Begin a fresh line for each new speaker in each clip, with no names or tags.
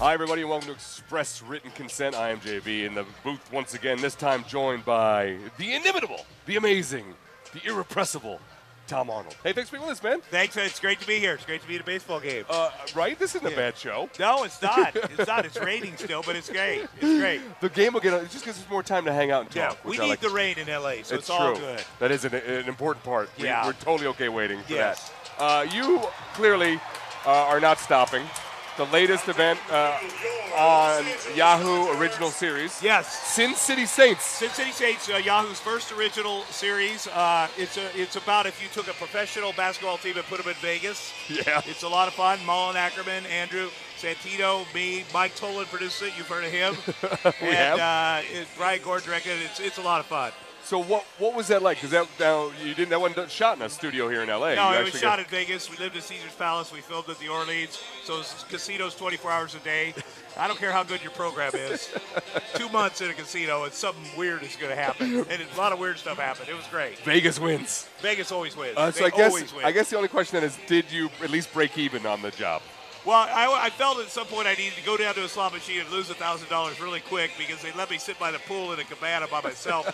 Hi, everybody, and welcome to Express Written Consent. I am JB in the booth once again, this time joined by the inimitable, the amazing, the irrepressible Tom Arnold. Hey, thanks for being with us, man.
Thanks. It's great to be here. It's great to be at a baseball game.
Uh, right? This isn't a bad show.
no, it's not. It's not. It's raining still, but it's great. It's great.
The game will get it just gives us more time to hang out and
Yeah,
talk.
we
which
need
I like.
the rain in LA, so it's,
It's
all
true.
good.
That is an, an important part. We,
Yeah.
We're totally okay waiting for
Yes.
that. Uh, you clearly uh, are not stopping. The latest event uh, on Yahoo Original Series.
Yes.
Sin City Saints.
Sin City State's uh, Yahoo's first original series. Uh, it's a, it's about if you took a professional basketball team and put them in Vegas.
Yeah.
It's a lot of fun. Mullen Ackerman, Andrew Santino, me, Mike Tolan produced it. You've heard of him.
We have.
and uh, it, Brian Gord directed it. It's, it's a lot of fun.
So what what was that like? Because that now you didn't that wasn't shot in a studio here in L.A.
No,
You
it was
actually
shot
got-
in Vegas. We lived at Caesar's Palace. We filmed at the Orleans. So it's casinos 24 hours a day. I don't care how good your program is. Two months in a casino and something weird is going to happen. And a lot of weird stuff happened. It was great.
Vegas wins.
Vegas always wins.
Uh, so
they
I guess
always win.
I guess the only question then is, did you at least break even on the job?
Well, I, I felt at some point I needed to go down to a slot machine and lose thousand dollars really quick because they let me sit by the pool in a cabana by myself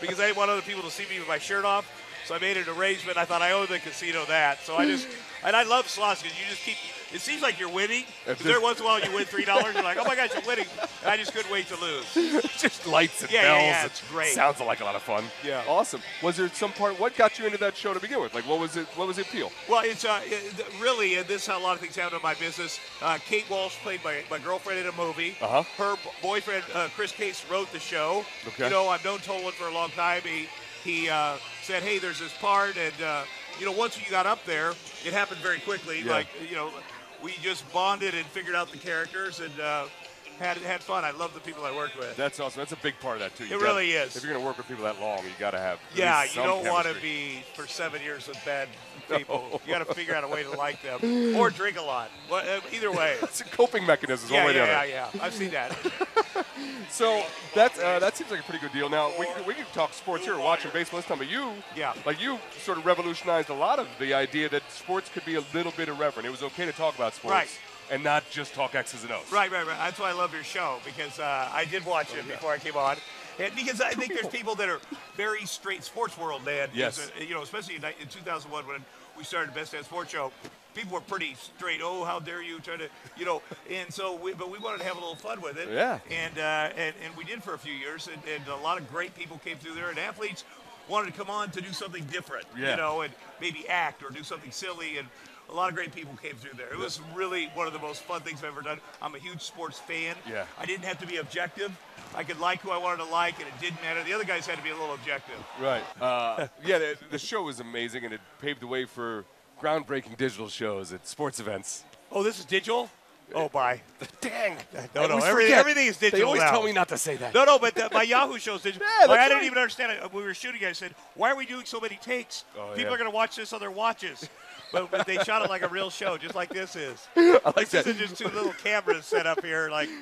because I didn't want other people to see me with my shirt off. So I made an arrangement. I thought I owed the casino that. So I just and I love slots because you just keep. It seems like you're winning. 'Cause there once in a while you win three dollars. You're like, oh my god, you're winning. And I just couldn't wait to lose.
Just lights and
Yeah, yeah,
bells.
yeah,
and-
it's great.
Sounds like a lot of fun.
Yeah.
Awesome. Was there some part? What got you into that show to begin with? Like, what was it? What was the appeal?
Well, it's uh, it- really, and this is how a lot of things happen in my business. Uh, Kate Walsh played my, my girlfriend in a movie.
Uh-huh.
Her b- boyfriend, uh, Chris Case, wrote the show.
Okay.
You know, I've known Tolan for a long time. He, he uh, said, hey, there's this part. And, uh, you know, once you got up there, it happened very quickly.
Yeah.
Like, you know, we just bonded and figured out the characters and uh, had, had fun. I love the people I worked with.
That's awesome. That's a big part of that too. You
It
gotta-
really is.
If you're gonna work with people that long, you gotta have. at
yeah,
least
you
some
don't want to
chemistry.
be for seven years with bad people. You got to figure out a way to like them or drink a lot. Well, uh, either way.
It's a coping mechanism. one
Yeah,
way or the
yeah,
other.
yeah, yeah. I've seen that.
So that's uh, that seems like a pretty good deal. Now we, we can talk sports here, watching baseball this time, but you,
Yeah.
like you sort of revolutionized a lot of the idea that sports could be a little bit irreverent. It was okay to talk about sports
Right.
and not just talk X's and O's.
right, right, right. That's why I love your show because uh, I did watch
Oh,
it before I came on. And because I think there's people that are very straight sports world, man.
Yes.
Because, uh, You know, especially in ni- in 2001 when we started the Best Damn Sports Show, people were pretty straight. Oh, how dare you try to, you know. And so, we, but we wanted to have a little fun with it.
Yeah.
And uh, and, and we did for a few years, and, and a lot of great people came through there, and athletes wanted to come on to do something different.
Yeah.
You know, and maybe act or do something silly and a lot of great people came through there. It was really one of the most fun things I've ever done. I'm a huge sports fan.
Yeah.
I didn't have to be objective. I could like who I wanted to like, and it didn't matter. The other guys had to be a little objective.
Right. Uh, yeah, the, the show was amazing and it paved the way for groundbreaking digital shows at sports events.
Oh, this is digital? Oh, bye.
Dang.
no,
I always
everything-
forget.
everything is
They
digital
always
now.
tell me not to say that.
No, no, but the, my Yahoo show's digital.
Yeah,
like, I
that's
didn't
right.
even understand it. We were shooting, I said, why are we doing so many takes?
Oh,
people
yeah.
are going to watch this on their watches. But, but they shot it like a real show, just like this is.
I like
This
that.
is just two little cameras set up here, like, you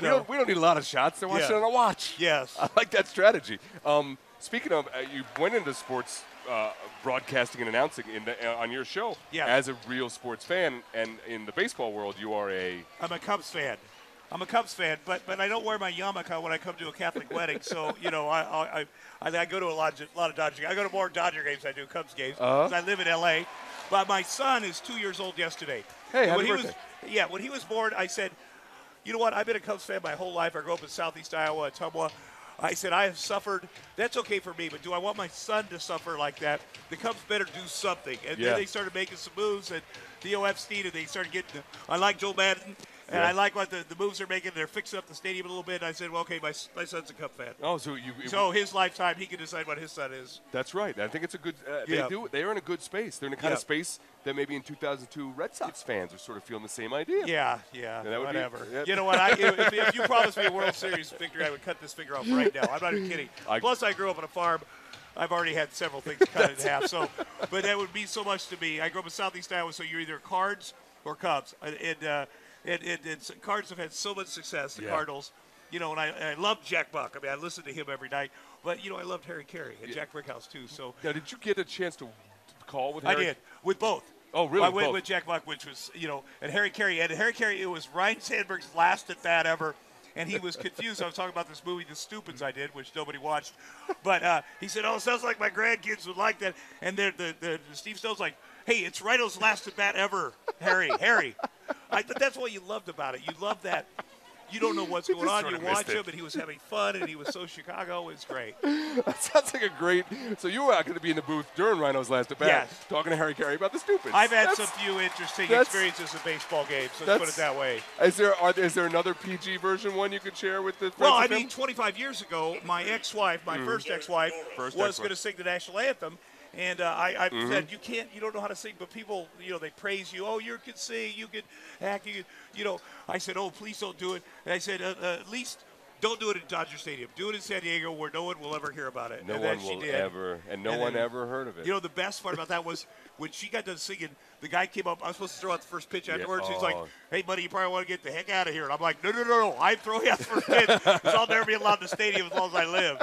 We
know.
don't, we don't need a lot of shots. They're watching
Yeah.
on a watch.
Yes.
I like that strategy. Um, speaking of, uh, you went into sports uh, broadcasting and announcing in the, uh, on your show
Yeah.
as a real sports fan, and in the baseball world, you are a
I'm a Cubs fan. I'm a Cubs fan, but but I don't wear my yarmulke when I come to a Catholic wedding. So you know, I I, I, I go to a lot, a lot of Dodger. I go to more Dodger games than I do Cubs games
Uh-huh.
'cause I live in L.A. But my son is two years old yesterday.
Hey,
And
happy
when he was-
birthday.
yeah, when he was born, I said, you know what? I've been a Cubs fan my whole life. I grew up in Southeast Iowa, Tumwa. I said I have suffered. That's okay for me, but do I want my son to suffer like that? The Cubs better do something. And
Yeah.
then they started making some moves, and Theo Epstein, and they started getting. The, I like Joe Madden, and
Yeah.
I like what the, the moves they're making. They're fixing up the stadium a little bit. And I said, well, okay, my, s- my son's a Cub fan.
oh, so you.
So his lifetime, he can decide what his son is.
that's right. I think it's a good. Uh,
Yeah.
They do. They're in a good space. They're in a kind
Yeah.
of space that maybe in 2002 Red Sox fans are sort of feeling the same idea.
Yeah,
Yeah,
yeah,
that would be-
whatever.
yeah.
You know what? I, if, if you promised me a World Series victory, I would cut this finger off right now. I'm not even kidding.
I-
Plus, I grew up on a farm. I've already had several things cut in half. So, but that would mean so much to me. I grew up in Southeast Iowa, so you're either Cards or Cubs, and and, uh, and, and, and so Cards have had so much success. The
Yeah.
Cardinals, you know, and I, I love Jack Buck. I mean, I listened to him every night. But you know, I loved Harry Carey and Jack Brickhouse too. So
Now, did you get a chance to call with
I
Harry?
did with both.
Oh, really?
I went
Both?
with Jack Buck, which was you know, and Harry Carey. And Harry Carey, it was Ryan Sandberg's last at bat ever. And he was confused. I was talking about this movie, The Stupids, I did, which nobody watched. But uh, he said, "Oh, it sounds like my grandkids would like that." And they're, the, the, the Steve Stone's like, "Hey, it's Rhino's last at bat ever, Harry. Harry." I thought that's what you loved about it. You loved that. You don't know what's going
just
on. You
sorta missed
watch
it.
him, and he was having fun, and he was so Chicago. It's great.
That sounds like a great. So you were going to be in the booth during Rhino's last at bat,
Yes.
talking to Harry Carey about the stupid.
I've had some few interesting
that's-
experiences in baseball games. Let's
that's-
put it that way.
Is there are there, is there another PG version one you could share with the?
Well, I
friends of
mean,
him?
25 years ago, my ex-wife, my first ex-wife,
Mm-hmm. First
was
ex-wife. Mm-hmm.
going to sing the national anthem, and uh, I, I said, "You can't, you don't know how to sing." But people, you know, they praise you. Oh, you can sing, you can act, you, can, you know. I said, "Oh, please don't do it." And I said, uh, uh, "At least don't do it at Dodger Stadium. Do it in San Diego, where no one will ever hear about it."
No
and
one
then she
will
did.
ever, and no
And
one
then-
ever heard of it.
You know, the best part about that was when she got done singing, the guy came up. I was supposed to throw out the first pitch afterwards. He's like,
oh.
hey, buddy, you probably want to get the heck out of here. And I'm like, no, no, no, no. I'm throwing out the first pitch because I'll never be allowed in the stadium as long as I live.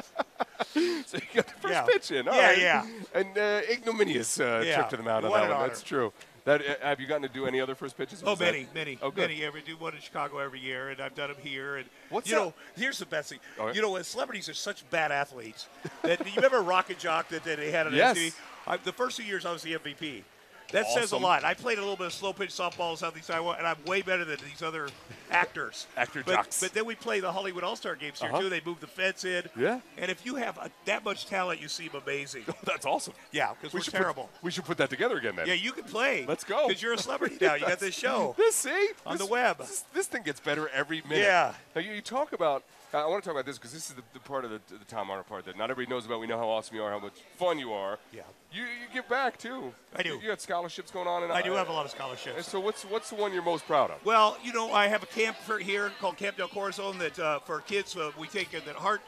so you got the first
yeah.
pitch in. all
Yeah,
right.
yeah.
And uh, ignominious uh,
Yeah.
trip to the mound on
What
that
an
one.
honor.
That's true. That uh, have you gotten to do any other first pitches?
Oh,
Was that-
many, many,
Oh, good.
many. Every do one in Chicago every year, and I've done them here. And
What's
you know,
up?
here's the best thing.
All right.
You know, when celebrities are such bad athletes, that you remember Rock and Jock that, that they had on
Yes.
MTV. I, the first two years I was the MVP. That says a
Awesome.
lot. I played a little bit of slow pitch softball in Southeast Iowa, and I'm way better than these other actors.
Actor
but,
jocks.
But then we play the Hollywood All Star games here
Uh-huh.
too. They move the fence in.
Yeah.
And if you have a, that much talent, you seem amazing.
That's awesome.
Yeah, because
We
we're
should put-
terrible.
we should put that together again then.
yeah, you can play.
Let's go.
Because you're a celebrity now. You got this show.
This see
On the
This-
web.
This, this thing gets better every minute.
Yeah.
Now you, you talk about. I want to talk about this because this is the, the part of the, the Tom Arnold part that not everybody knows about. We know how awesome you are, how much fun you are.
Yeah.
You you give back too.
I do.
You, you got scholarships going on, and
I do have a lot of scholarships.
And so what's what's the one you're most proud of?
Well, you know, I have a camp for here called Camp Del Corazon that uh, for kids uh, we take uh, that heart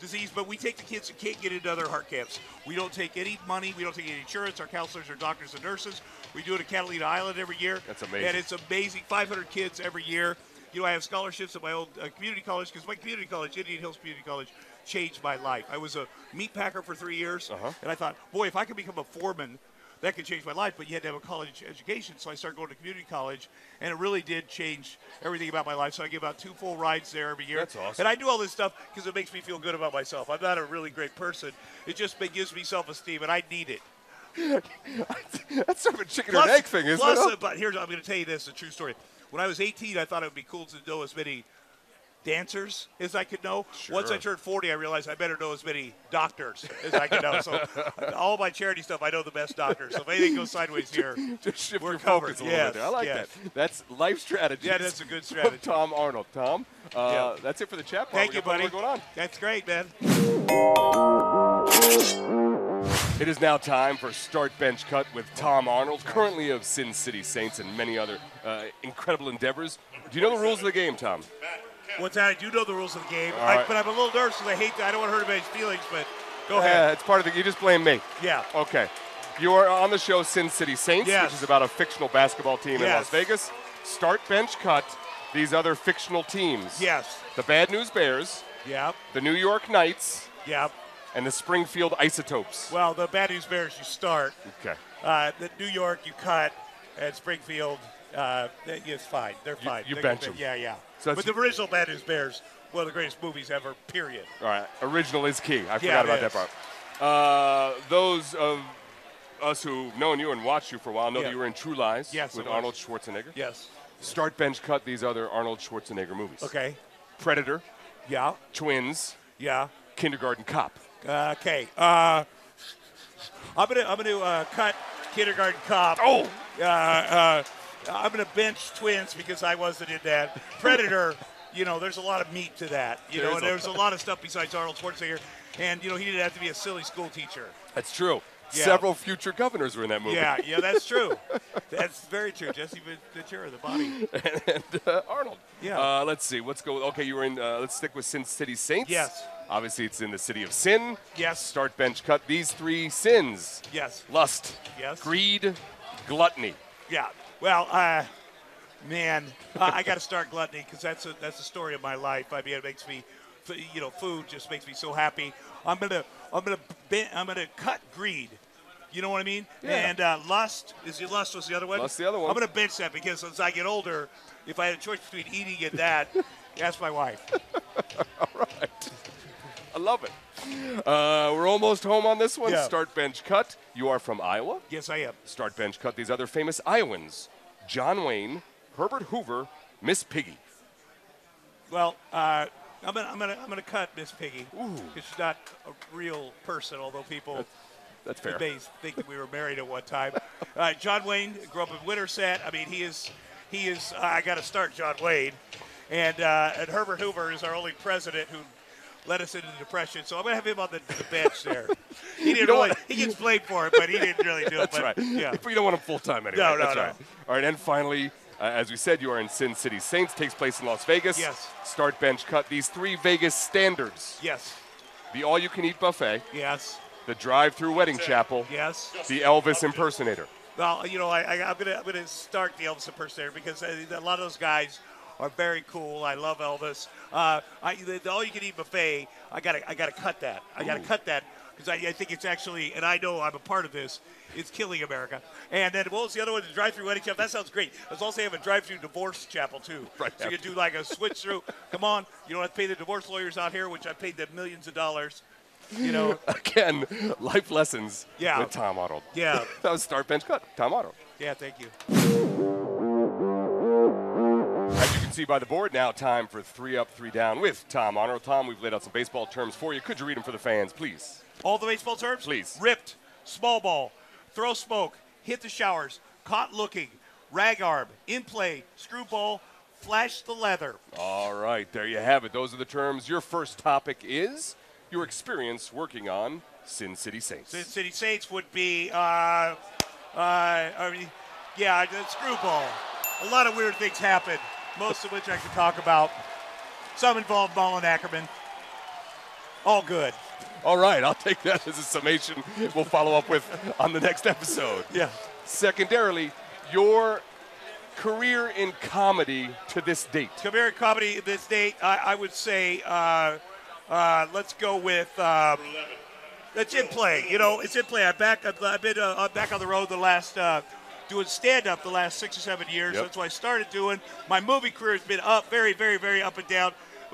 disease, but we take the kids who can't get into other heart camps. We don't take any money, we don't take any insurance. Our counselors are doctors and nurses. We do it at Catalina Island every year.
That's amazing.
And it's amazing. 500 kids every year. You know, I have scholarships at my old uh, community college because my community college, Indian Hills Community College, changed my life. I was a meat packer for three years,
Uh-huh.
and I thought, boy, if I could become a foreman, that could change my life. But you had to have a college education, so I started going to community college, and it really did change everything about my life. So I give out two full rides there every year.
That's awesome.
And I do all this stuff because it makes me feel good about myself. I'm not a really great person. It just ma- gives me self-esteem, and I need it.
That's sort of a chicken or an egg thing, isn't
plus,
it?
uh, but here's I'm going to tell you this: a true story. When I was 18, I thought it would be cool to know as many dancers as I could know. Once I
Sure.
turned 40, I realized I better know as many doctors as I could know. So all my charity stuff, I know the best doctors. So if anything goes sideways here,
Just shift
we're
your
covered.
focus a little
Yes,
bit there. I like
yes.
that. That's life strategy.
Yeah, that's a good strategy.
Tom Arnold. Tom, uh,
Yeah.
that's it for the chat. bar.
thank
We
you,
got plenty
buddy.
more Going on.
That's great, man.
It is now time for Start Bench Cut with Tom Arnold, currently of Sin City Saints and many other uh, incredible endeavors. Do you know the rules of the game, Tom?
What's that? I do know the rules of the game,
All
I-
right.
but I'm a little nervous because I hate that. I don't want to hurt anybody's feelings, but go
Yeah,
ahead.
Uh, it's part of the. You just blame me.
Yeah.
Okay. You are on the show Sin City Saints,
Yes.
which is about a fictional basketball team in
Yes.
Las Vegas. Start Bench Cut these other fictional teams.
Yes.
The Bad News Bears,
Yep.
the New York Knights,
Yep.
and the Springfield Isotopes.
Well, the bad news bears you start.
Okay.
Uh, the New York, you cut, and Springfield, uh, that- it's fine. They're fine.
you
They're
bench
good.
'em.
Yeah, yeah.
So
but
it's-
the original Bad News Bears, one of the greatest movies ever, period.
All right, original is key. I
Yeah,
forgot
it
about
is.
that part. Uh, those of us who've known you and watched you for a while know
Yeah.
that you were in True Lies
Yes,
with
I was.
Arnold Schwarzenegger.
Yes.
Start, bench, cut these other Arnold Schwarzenegger movies.
Okay.
Predator,
Yeah.
Twins,
Yeah.
Kindergarten Cop.
Uh, okay. Uh, I'm gonna I'm gonna uh, cut Kindergarten Cop.
Oh!
Uh, uh, I'm gonna bench Twins because I wasn't in that. Predator. You know, there's a lot of meat to that. You
There is
know, and
a-
there's a lot of stuff besides Arnold Schwarzenegger, and you know he didn't have to be a silly school teacher.
That's true.
Yeah.
Several future governors were in that movie.
Yeah, yeah, that's true. That's very true. Jesse Ventura, the body.
and uh, Arnold.
Yeah.
Uh, let's see. Let's go. Okay, you were in. Uh, let's stick with Sin City Saints.
Yes.
Obviously, it's in the city of sin.
Yes.
Start, bench, cut. These three sins.
Yes.
Lust.
Yes.
Greed. Gluttony.
Yeah. Well, uh, man, uh, I got to start gluttony because that's a that's a story of my life. I mean, it makes me, f- you know, food just makes me so happy. I'm gonna I'm gonna ben- I'm gonna cut greed You know what I mean?
Yeah.
And uh, lust is the lust was the other one.
Lust's the other one.
I'm gonna bench that because as I get older, if I had a choice between eating and that, ask my wife.
I love it. Uh, we're almost home on this one.
Yeah.
Start bench cut. You are from Iowa.
Yes, I am.
Start bench cut. These other famous Iowans: John Wayne, Herbert Hoover, Miss Piggy.
Well, uh, I'm gonna I'm gonna I'm gonna cut Miss Piggy because she's not a real person, although people.
That's fair.
They think that we were married at one time. Uh, John Wayne grew up in Winterset. I mean, he is, he is. uh, I got to start John Wayne, and uh, and Herbert Hoover is our only president who led us into the depression. So I'm gonna have him on the, the bench there. He didn't
know
really.
what?
He gets blamed for it, but he didn't really do it.
That's
but,
right.
Yeah.
But you don't want him full time anyway.
No, no,
That's
no.
right. All right, and finally, uh, as we said, you are in Sin City Saints. Takes place in Las Vegas.
Yes.
Start bench cut. These three Vegas standards:
Yes.
the all-you-can-eat buffet,
Yes.
the drive-through wedding chapel,
Yes.
the Elvis impersonator.
Well, you know, I, I, I'm gonna I'm gonna start the Elvis impersonator because I, a lot of those guys are very cool. I love Elvis. Uh, I, the, the all-you-can-eat buffet. I gotta I gotta cut that. I gotta
Ooh.
cut that because I, I think it's actually, and I know I'm a part of this. It's killing America. And then what was the other one? The drive-through wedding chapel. That sounds great. As long as they have a drive-through divorce chapel too,
Right
So you
after.
can do like a switch through. Come on, you don't have to pay the divorce lawyers out here, which I paid them millions of dollars. You know,
Again, life lessons
Yeah.
with Tom Arnold.
Yeah.
that was start bench cut. Tom Arnold.
yeah. Thank you.
As you can see by the board, now time for three up, three down with Tom Arnold. Tom, we've laid out some baseball terms for you. Could you read them for the fans, please?
All the baseball terms?
Please.
Ripped, small ball, throw smoke, hit the showers, caught looking, rag arm, in play, screwball, flash the leather.
All right, there you have it. Those are the terms. Your first topic is your experience working on Sin City Saints.
The City Saints would be, uh, uh, I mean, yeah, the screwball. A lot of weird things happen, most of which I can talk about. Some involved Mullen Ackerman. All good.
All right, I'll take that as a summation. We'll follow up with on the next episode.
Yeah.
Secondarily, your career in comedy to this date.
Comedic comedy at this date, I, I would say, uh, uh, let's go with. Um, it's in play, you know. It's in play. I'm back. I've, I've been uh, I'm back on the road the last uh, doing stand up the last six or seven years.
Yep.
That's what I started doing. My movie career has been up, very, very, very up and down.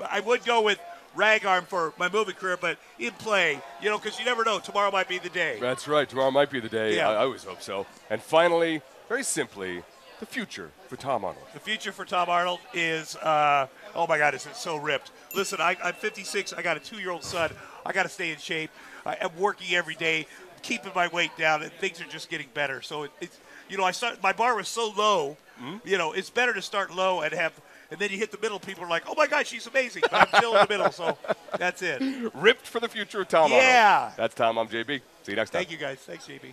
I would go with Ragarm for my movie career, but in play, you know, because you never know. Tomorrow might be the day.
That's right. Tomorrow might be the day.
Yeah.
I, I always hope so. And finally, very simply, the future for Tom Arnold.
The future for Tom Arnold is, uh, oh my God, is it so ripped? Listen, I, I'm 56. I got a two-year-old son. I got to stay in shape. I, I'm working every day, keeping my weight down, and things are just getting better. So it, it's, you know, I start. My bar was so low. You know, it's better to start low and have, and then you hit the middle. People are like, oh my God, she's amazing. But I'm still in the middle, so that's it.
Ripped for the future of Tom Arnold.
Yeah.
That's Tom. I'm JB. See you next time.
Thank you guys. Thanks, JB.